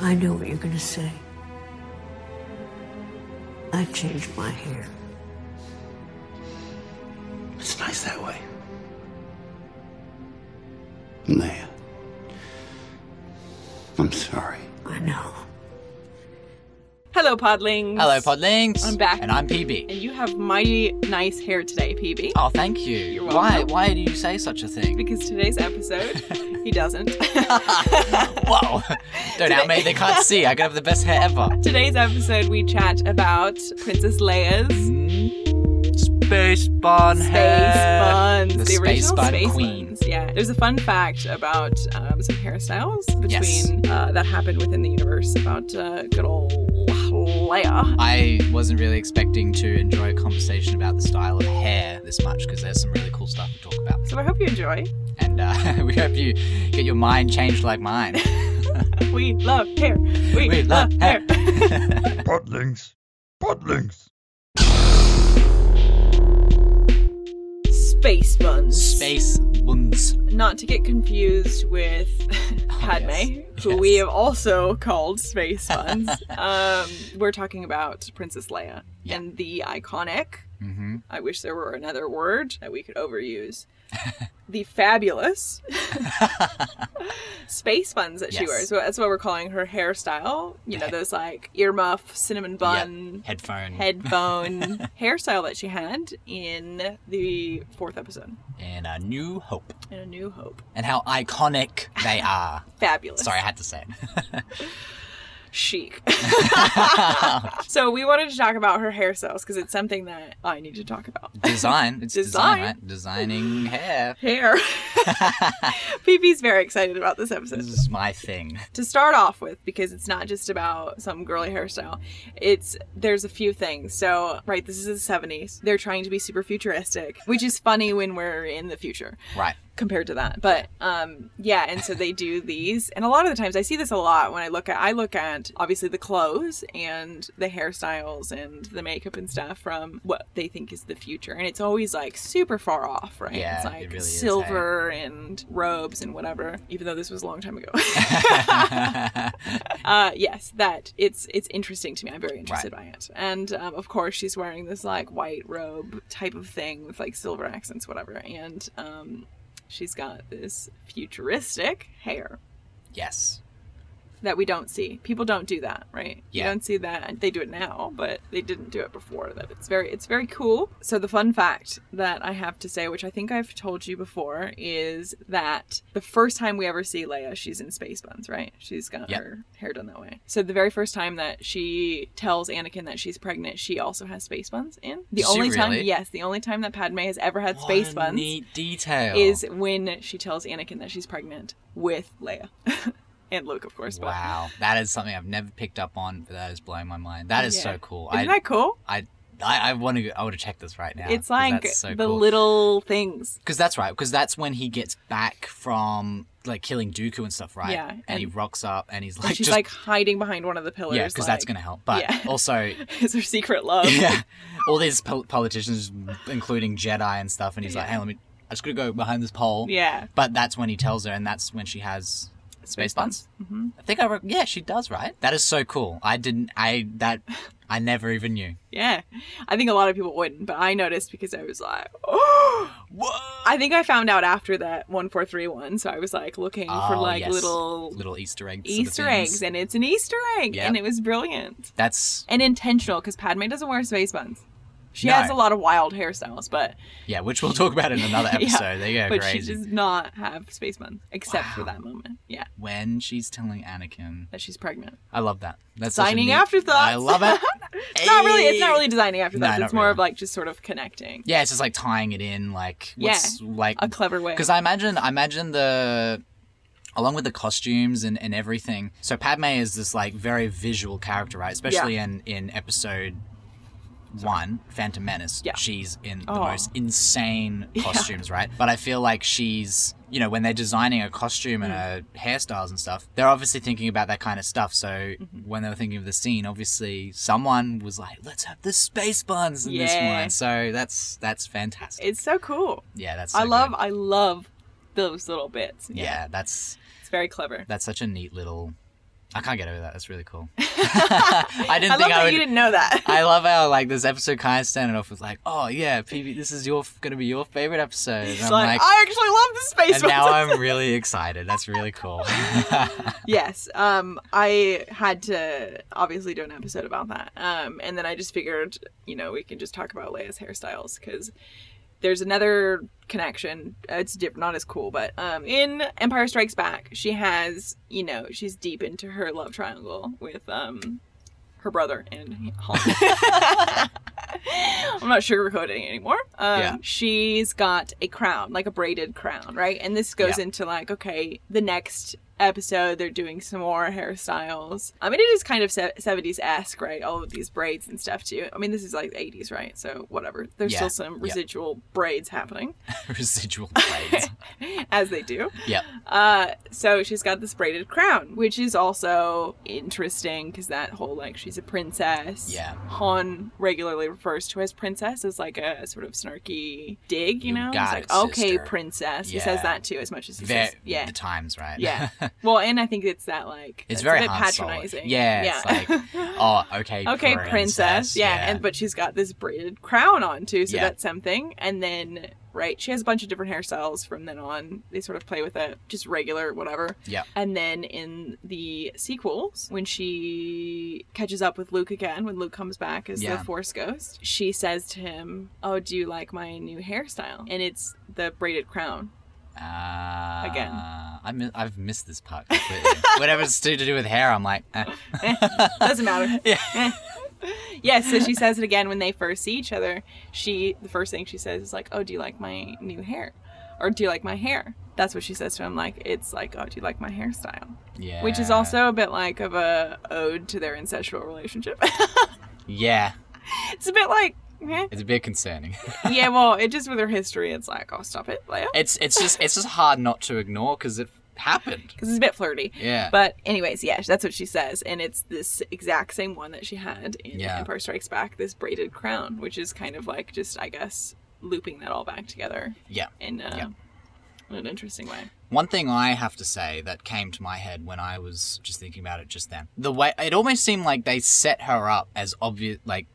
I know what you're going to say. I changed my hair. It's nice that way. Leia. I'm sorry. I know. Hello, Podlings. Hello, Podlings. I'm back. And I'm PB. And you have mighty nice hair today, PB. Oh, thank you. You're why? welcome. Why do you say such a thing? Because today's episode, he doesn't. Whoa! Don't out me. They can't see. I could have the best hair ever. today's episode, we chat about Princess Leia's Space bun space buns. The space original bun space queen. buns. Yeah. There's a fun fact about um, some hairstyles Yes. between uh, that happened within the universe about uh, good old Leia. I wasn't really expecting to enjoy a conversation about the style of hair this much because there's some really cool stuff to talk about. So I hope you enjoy. And uh, we hope you get your mind changed like mine. We love hair. We, We love hair. Podlings. Podlings. Space buns. Space buns. not to get confused with Padme, Oh, yes. who we Yes. have also called Space Buns. um, we're talking about Princess Leia Yeah. and the iconic. Mm-hmm. I wish there were another word that we could overuse. the fabulous space buns that she Yes. wears. So that's what we're calling her hairstyle. You know, Yeah. those like earmuff, cinnamon bun, Headphone. headphone hairstyle that she had in the fourth episode And a new hope. in A New Hope. And how iconic they are. Fabulous. Sorry, I had to say it. chic. so we wanted to talk about her hairstyles because it's something that I need to talk about. Design. It's design, Design. right? Designing hair. Hair. PP's very excited about this episode. This is my thing. To start off with, because it's not just about some girly hairstyle, it's there's a few things. So, right, this is the 70s. They're trying to be super futuristic, which is funny when we're in the future. Right. compared to that. But um yeah, and so they do these and a lot of the times I see this a lot when I look at I look at obviously the clothes and the hairstyles and the makeup and stuff from what they think is the future. And it's always like super far off, right? Yeah, it's it like really is, hey? silver and robes and whatever, even though this was a long time ago. right. uh yes, that it's it's interesting to me. I'm very interested by it. And um, of course she's wearing this like white robe type of thing with like silver accents, whatever. And um She's got this futuristic hair Yes. that we don't see. People don't do that, right? You Yeah. don't see that. They do it now, but they didn't do it before. That it's very it's very cool. So the fun fact that I have to say, which I think I've told you before, is that the first time we ever see Leia, she's in space buns, right? She's got Yep. her hair done that way. So the very first time that she tells Anakin that she's pregnant, she also has space buns in. The Does she only time really? yes, the only time that Padme has ever had space What a buns Neat detail. is when she tells Anakin that she's pregnant with Leia and Luke, of course. But Wow. That is something I've never picked up on, but that is blowing my mind. That is Yeah. so cool. isn't I, that cool? I I, I want to. I want to check this right now. it's 'cause like that's so the cool. little things. Because that's right. Because that's when he gets back from like killing Dooku and stuff, right? Yeah, And, he and- rocks up and he's And like, she's just, like hiding behind one of the pillars. yeah, because that's gonna help. But Yeah. also, gonna is her secret love. yeah, all these pol- politicians, including Jedi and stuff, and he's like, Yeah. hey, let me. I just gotta go behind this pole. Yeah. But that's when he tells her, and that's when she has space buns. hmm I think I wrote, yeah, she does, right? That is so cool. I didn't, I, that, I never even knew. Yeah, I think a lot of people wouldn't, but I noticed because I was like, oh. What? I think I found out after that one four three one. So I was like looking for Oh, like yes. little Little Easter eggs. sort of Easter things. eggs, eh? and it's an Easter egg, Yep. and it was brilliant. That's, and intentional because Padme doesn't wear space buns. She No. has a lot of wild hairstyles, but yeah, which we'll talk about in another Yeah, episode. They go but crazy. she does not have space buns except for Wow. that moment. Yeah, when she's telling Anakin. that she's pregnant. I love that. That's such a Designing neat- afterthoughts. I love it. it's not really. It's not Hey. really designing after No, that. not it's more really. of like just sort of connecting Yeah, it's just like tying it in, like what's like a clever way. because I imagine I imagine the along with the costumes and, and everything. So Padme is this like very visual character, right? Especially in in episode. One, Phantom Menace. Yeah. She's in the Oh. most insane costumes, right? But I feel like she's, you know, when they're designing a costume Mm. and her hairstyles and stuff, they're obviously thinking about that kind of stuff. So Mm-hmm. when they were thinking of the scene, obviously someone was like, "Let's have the space buns in this Yeah. one." So that's that's fantastic. It's so cool. yeah, that's. I so love. good. I love those little bits. yeah, that's it's very clever. that's such a neat little I can't get over that. That's really cool. I didn't I love think that I would. you didn't know that. I love how like this episode kind of started off with like, oh yeah, PB, this is your gonna be your favorite episode. And It's I'm like, like, I actually love the space. and now ones." I'm really excited. That's really cool. yes um i had to obviously do an episode about that um and then i just figured you know we can just talk about leia's hairstyles because there's another connection it's diff- not as cool but um in empire strikes back she has you know she's deep into her love triangle with um her brother and Han. I'm not sugarcoating anymore. Um, Yeah. She's got a crown, like a braided crown, right? And this goes Yeah. into like, okay, the next episode, they're doing some more hairstyles. I mean, it is kind of se- 70s esque, right? All of these braids and stuff, too. I mean, this is like 80s, right? So, whatever. There's Yeah. still some Yeah. residual braids happening, Residual blades. as they do. yep. Uh, so she's got this braided crown, which is also interesting because that whole like she's a princess. Yeah. Han regularly refers to as princess as like a sort of snarky dig, you, You know? He's got like, it, okay, sister." princess. He Yeah. says that too, as much as he Very, says, yeah. The times, right? yeah. Well, and I think it's that like that's It's very a bit Han Solo. patronizing. Yeah, it's like, oh, okay, okay, princess. Yeah. and but she's got this braided crown on too, so Yeah. that's something. And then right, she has a bunch of different hairstyles from then on. They sort of play with it, just regular whatever. yeah, And then in the sequels, when she catches up with Luke again, when Luke comes back as Yeah. the Force Ghost, she says to him, Oh, do you like my new hairstyle? And it's the braided crown. uh, Again. I mi- I've missed this part completely. Whatever it's to to do with hair, I'm like, eh. Doesn't matter. yeah. so she says it again when they first see each other. She, the first thing she says is like, Oh, do you like my new hair? Or do you like my hair? That's what she says to him. Like, it's like, Oh, do you like my hairstyle? "Eh, yeah, Which is also a bit like of a ode to their incestual relationship. yeah, It's a bit like, eh. it's a bit concerning. yeah, well, it just with her history, it's like, oh, stop it, Leia. it's it's just it's just hard not to ignore because it happened. Because it's a bit flirty. Yeah. But, anyways, yeah, that's what she says. And it's this exact same one that she had in Yeah. Empire Strikes Back, this braided crown, which is kind of like just, I guess, looping that all back together yeah. in, uh, Yeah. in an interesting way. One thing I have to say that came to my head when I was just thinking about it just then, the way it almost seemed like they set her up as obvious, like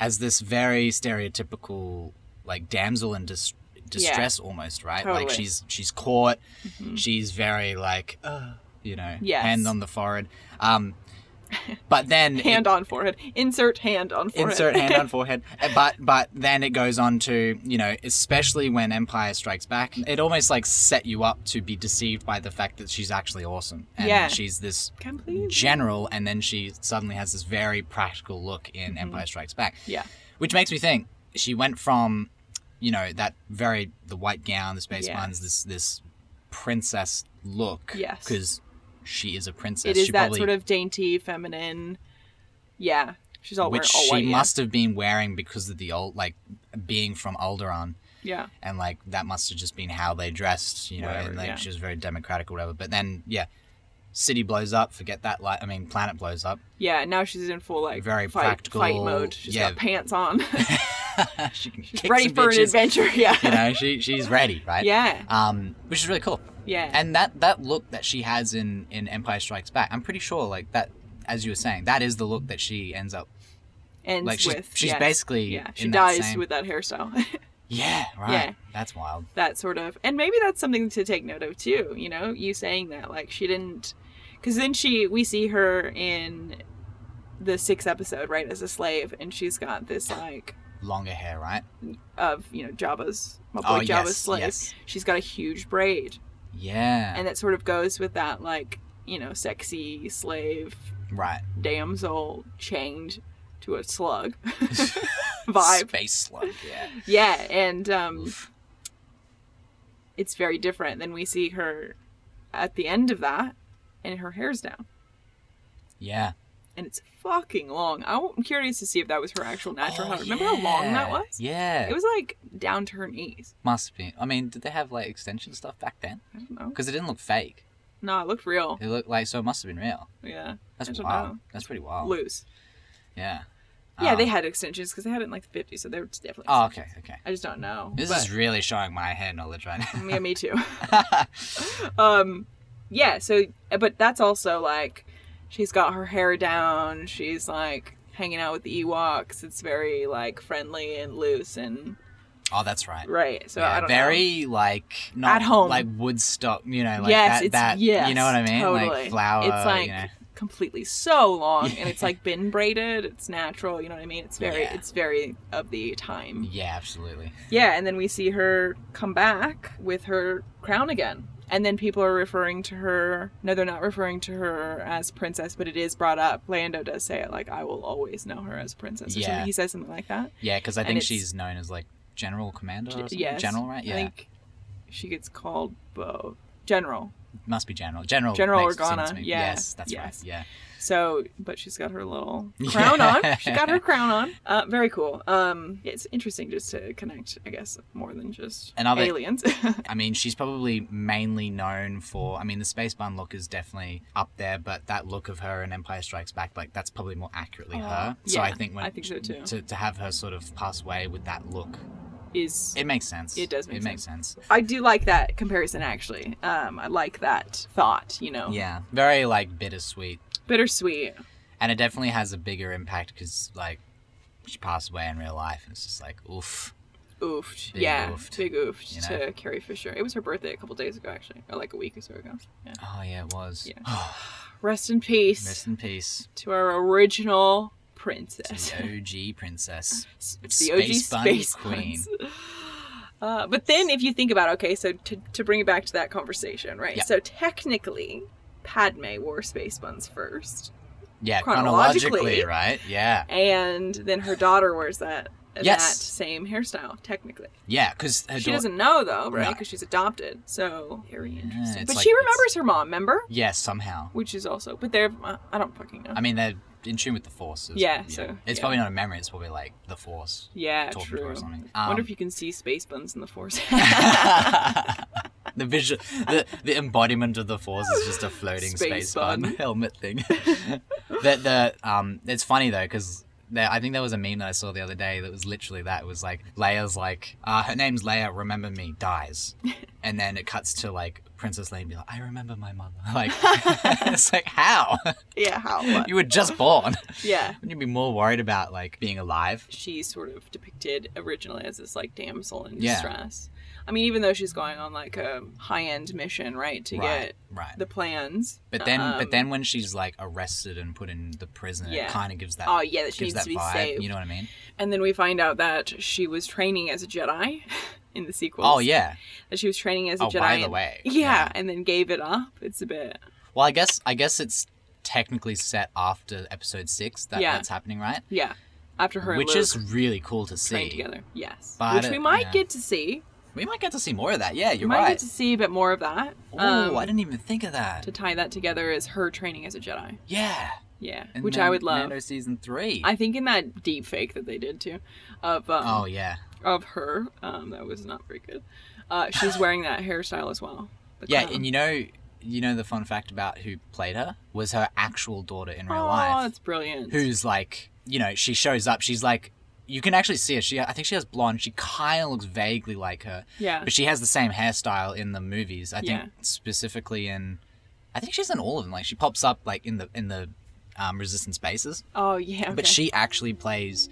as this very stereotypical like damsel in dis- distress, almost right. Like Totally. Mm-hmm. she's she's caught, she's very like, uh, you know, Yes. hand on the forehead. Um, but then it- Hand on forehead. Insert hand on forehead. insert hand on forehead Uh, but but then it goes on to you know especially when empire strikes back it almost like set you up to be deceived by the fact that she's actually awesome and Yeah. she's this Completely. general and then she suddenly has this very practical look Mm-hmm. in empire strikes back Yeah. which makes me think she went from you know that very the white gown the space Yeah. buns this this princess look Yes. because she is a princess It is she that probably sort of dainty, feminine. Yeah. She's all which wearing all she white, Oh, yeah. must have been wearing because of the old like being from Alderaan Yeah. and like that must have just been how they dressed you know Whatever, and like yeah. she was very democratic or whatever but then yeah city blows up forget that like I mean planet blows up Yeah, now she's in full like Very fight, practical, fight mode. She's yeah. got pants on, she can kick ready some for an bitches. adventure. Yeah, you know she she's ready right Yeah. um which is really cool yeah, and that that look that she has in in Empire Strikes Back I'm pretty sure like that as you were saying that is the look that she ends up and like, she's- with, she's yeah. basically yeah, she in that dies same- with that hairstyle, yeah right Yeah. that's wild that sort of, and maybe that's something to take note of too. You know, you saying that like she didn't, because then she we see her in the sixth episode right as a slave, and she's got this like longer hair right of you know Jabba's my boy Oh, Jabba's yes, slave. yes. She's got a huge braid, yeah and it sort of goes with that like you know sexy slave right damsel chained to a slug vibe. Space slug, yeah. Yeah, and um, it's very different than we see her at the end of that, and her hair's down, Yeah. and it's fucking long. I w- I'm curious to see if that was her actual natural hair. Remember how long that Oh, yeah. was? Yeah. It was like down to her knees. Must be. I mean, did they have like extension stuff back then? I don't know. Because it didn't look fake. No, it looked real. It looked like so it must have been real. Yeah, I That's don't wild. know. That's pretty wild. loose. Yeah. Yeah, Um, they had extensions because they had it in like the 50s, so they were definitely. Oh, okay, okay. I just don't know. This but- is really showing my hair knowledge right now. Yeah, me too. um, yeah. So, but that's eh, also like She's got her hair down. She's like hanging out with the Ewoks. It's very like friendly and loose and Oh, that's right. right. So Yeah, I don't know. very like not At home. like Woodstock, you know, like yes, that, it's that yes, you know what I mean? Totally. Like flower. It's like you know. completely so long, and it's like been braided. It's natural. You know what I mean? It's very, Yeah. it's very of the time. Yeah, absolutely. Yeah, and then we see her come back with her crown again. And then people are referring to her. No, they're not referring to her as princess, but it is brought up. Lando does say it, like, "I will always know her as princess." Or Yeah. something. He says something like that. Yeah, because I And think it's- she's known as like general commander. Or something. Yes, General, right? Yeah, I think she gets called both general. must be general. General. General makes sense Organa, to me. yeah, Yes, that's yes. right. Yeah. So, but she's got her little crown on. She got her crown on. Uh, very cool. Um, it's interesting just to connect, I guess, more than just And are they- aliens. I mean, she's probably mainly known for. I mean, the space bun look is definitely up there, but that look of her in Empire Strikes Back, like that's probably more accurately Oh, her. So I yeah, think when I think so too. To, to have her sort of pass away with that look, Is it makes sense. It does make it makes sense. I do like that comparison actually. Um, I like that thought. You know, Yeah, very like bittersweet, bittersweet. and it definitely has a bigger impact because like she passed away in real life, and it's just like oof. Oofed. Big yeah, oofed, big oofed you know? to Carrie Fisher. It was her birthday a couple days ago actually, or like a week or so ago. Yeah. Oh yeah, it was. Yeah. Rest in peace Rest in peace, to our original to princess. the OG princess, It's the OG Space Bun space Queen. buns. Uh, but then, if you think about okay, so to, to bring it back to that conversation, right? Yeah. So technically, Padme wore space buns first, Yeah, Chronologically. chronologically right? Yeah. and then her daughter wears that Yes. that same hairstyle. Technically, Yeah, because her she daugh- doesn't know though, right? Right. Because she's adopted. So very interesting. it's But like- she it's- remembers her mom, remember? Yeah, somehow. Which is also, but they're uh, I don't fucking know. I mean, they're in tune with the force. is- Yeah, so, it's yeah. probably not a memory. It's probably like the force. yeah, talking to her true. or something. I wonder Um, if you can see space buns in the force. The visual, the, the embodiment of the force is just a floating Space space, bun bun. helmet thing. the, the um, it's funny though because. I think there was a meme that I saw the other day that was literally that. It was like Leia's like, uh, her name's Leia, remember me, dies. And then it cuts to like Princess Leia being like, I remember my mother. Like, it's like, how? yeah, how? What? You were just born. yeah. Wouldn't you be more worried about like being alive? she's sort of depicted originally as this like damsel in Yeah. distress. I mean, even though she's going on like a high end mission, right, to Right, get right. the plans. But then, um, but then when she's like arrested and put in the prison, Yeah. it kind of gives that. Oh, yeah, that she needs gives that to be vibe. saved. You know what I mean? and then we find out that she was training as a Jedi in the sequel. Oh yeah. that she was training as a Oh, Jedi. by the and- way, yeah, yeah. and then gave it up. It's a bit Well, I guess I guess it's technically set after episode six that Yeah. that's happening, right? yeah. After her, and Which Luke is really cool to see. trained together, yes, But which it- we might yeah. get to see. We might get to see more of that. Yeah, We you're might get right. to see a bit more of that. oh, um, I didn't even think of that. to tie that together is her training as a Jedi. Yeah. Yeah, And which then I would love. Mando season three. I think in that deep fake that they did too, of um, oh yeah. of her, um, that was not very good. Uh, she's wearing that hairstyle as well. the Yeah, crown. and you know, you know the fun fact about who played her was her actual daughter in real oh, life. that's brilliant. who's like, you know, she shows up. She's like, you can actually see her. She, I think she has blonde. She kind of looks vaguely like her, yeah, but she has the same hairstyle in the movies. I Yeah. think specifically in, I think she's in all of them. Like she pops up like in the in the um, Resistance bases, oh yeah, okay. but she actually plays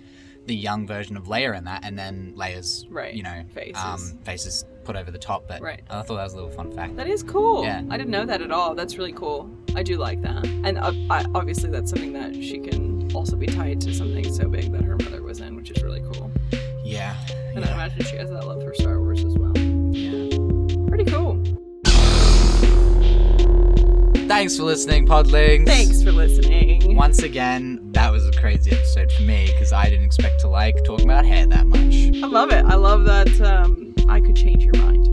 the young version of Leia in that, and then Leia's Right. you know Faces. um, faces put over the top. But Right. I thought that was a little fun fact. that is cool. Yeah. I didn't know that at all. That's really cool. I do like that, and uh, I, obviously that's something that she can also be tied to something so big that her mother was in, which is really cool. yeah. And I Yeah. imagine she has that love for Star Wars as well. yeah. Pretty cool. Thanks for listening, Podlings. Thanks for listening. Once again, that was a crazy episode for me because I didn't expect to like talking about hair that much. I love it. I love that um, I could change your mind.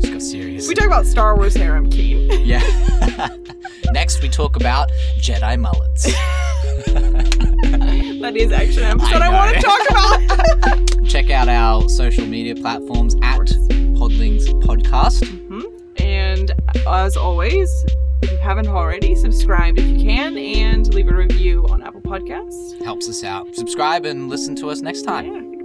Just got serious. We talk about Star Wars hair. I'm keen. yeah. Next, we talk about Jedi mullets. That is actually an episode I, know. want to talk about. Check out our social media platforms at Podlings Podcast. and uh, as always, if you haven't already, subscribe if you can and leave a review on Apple Podcasts. Helps us out. Subscribe and listen to us next time. Yeah.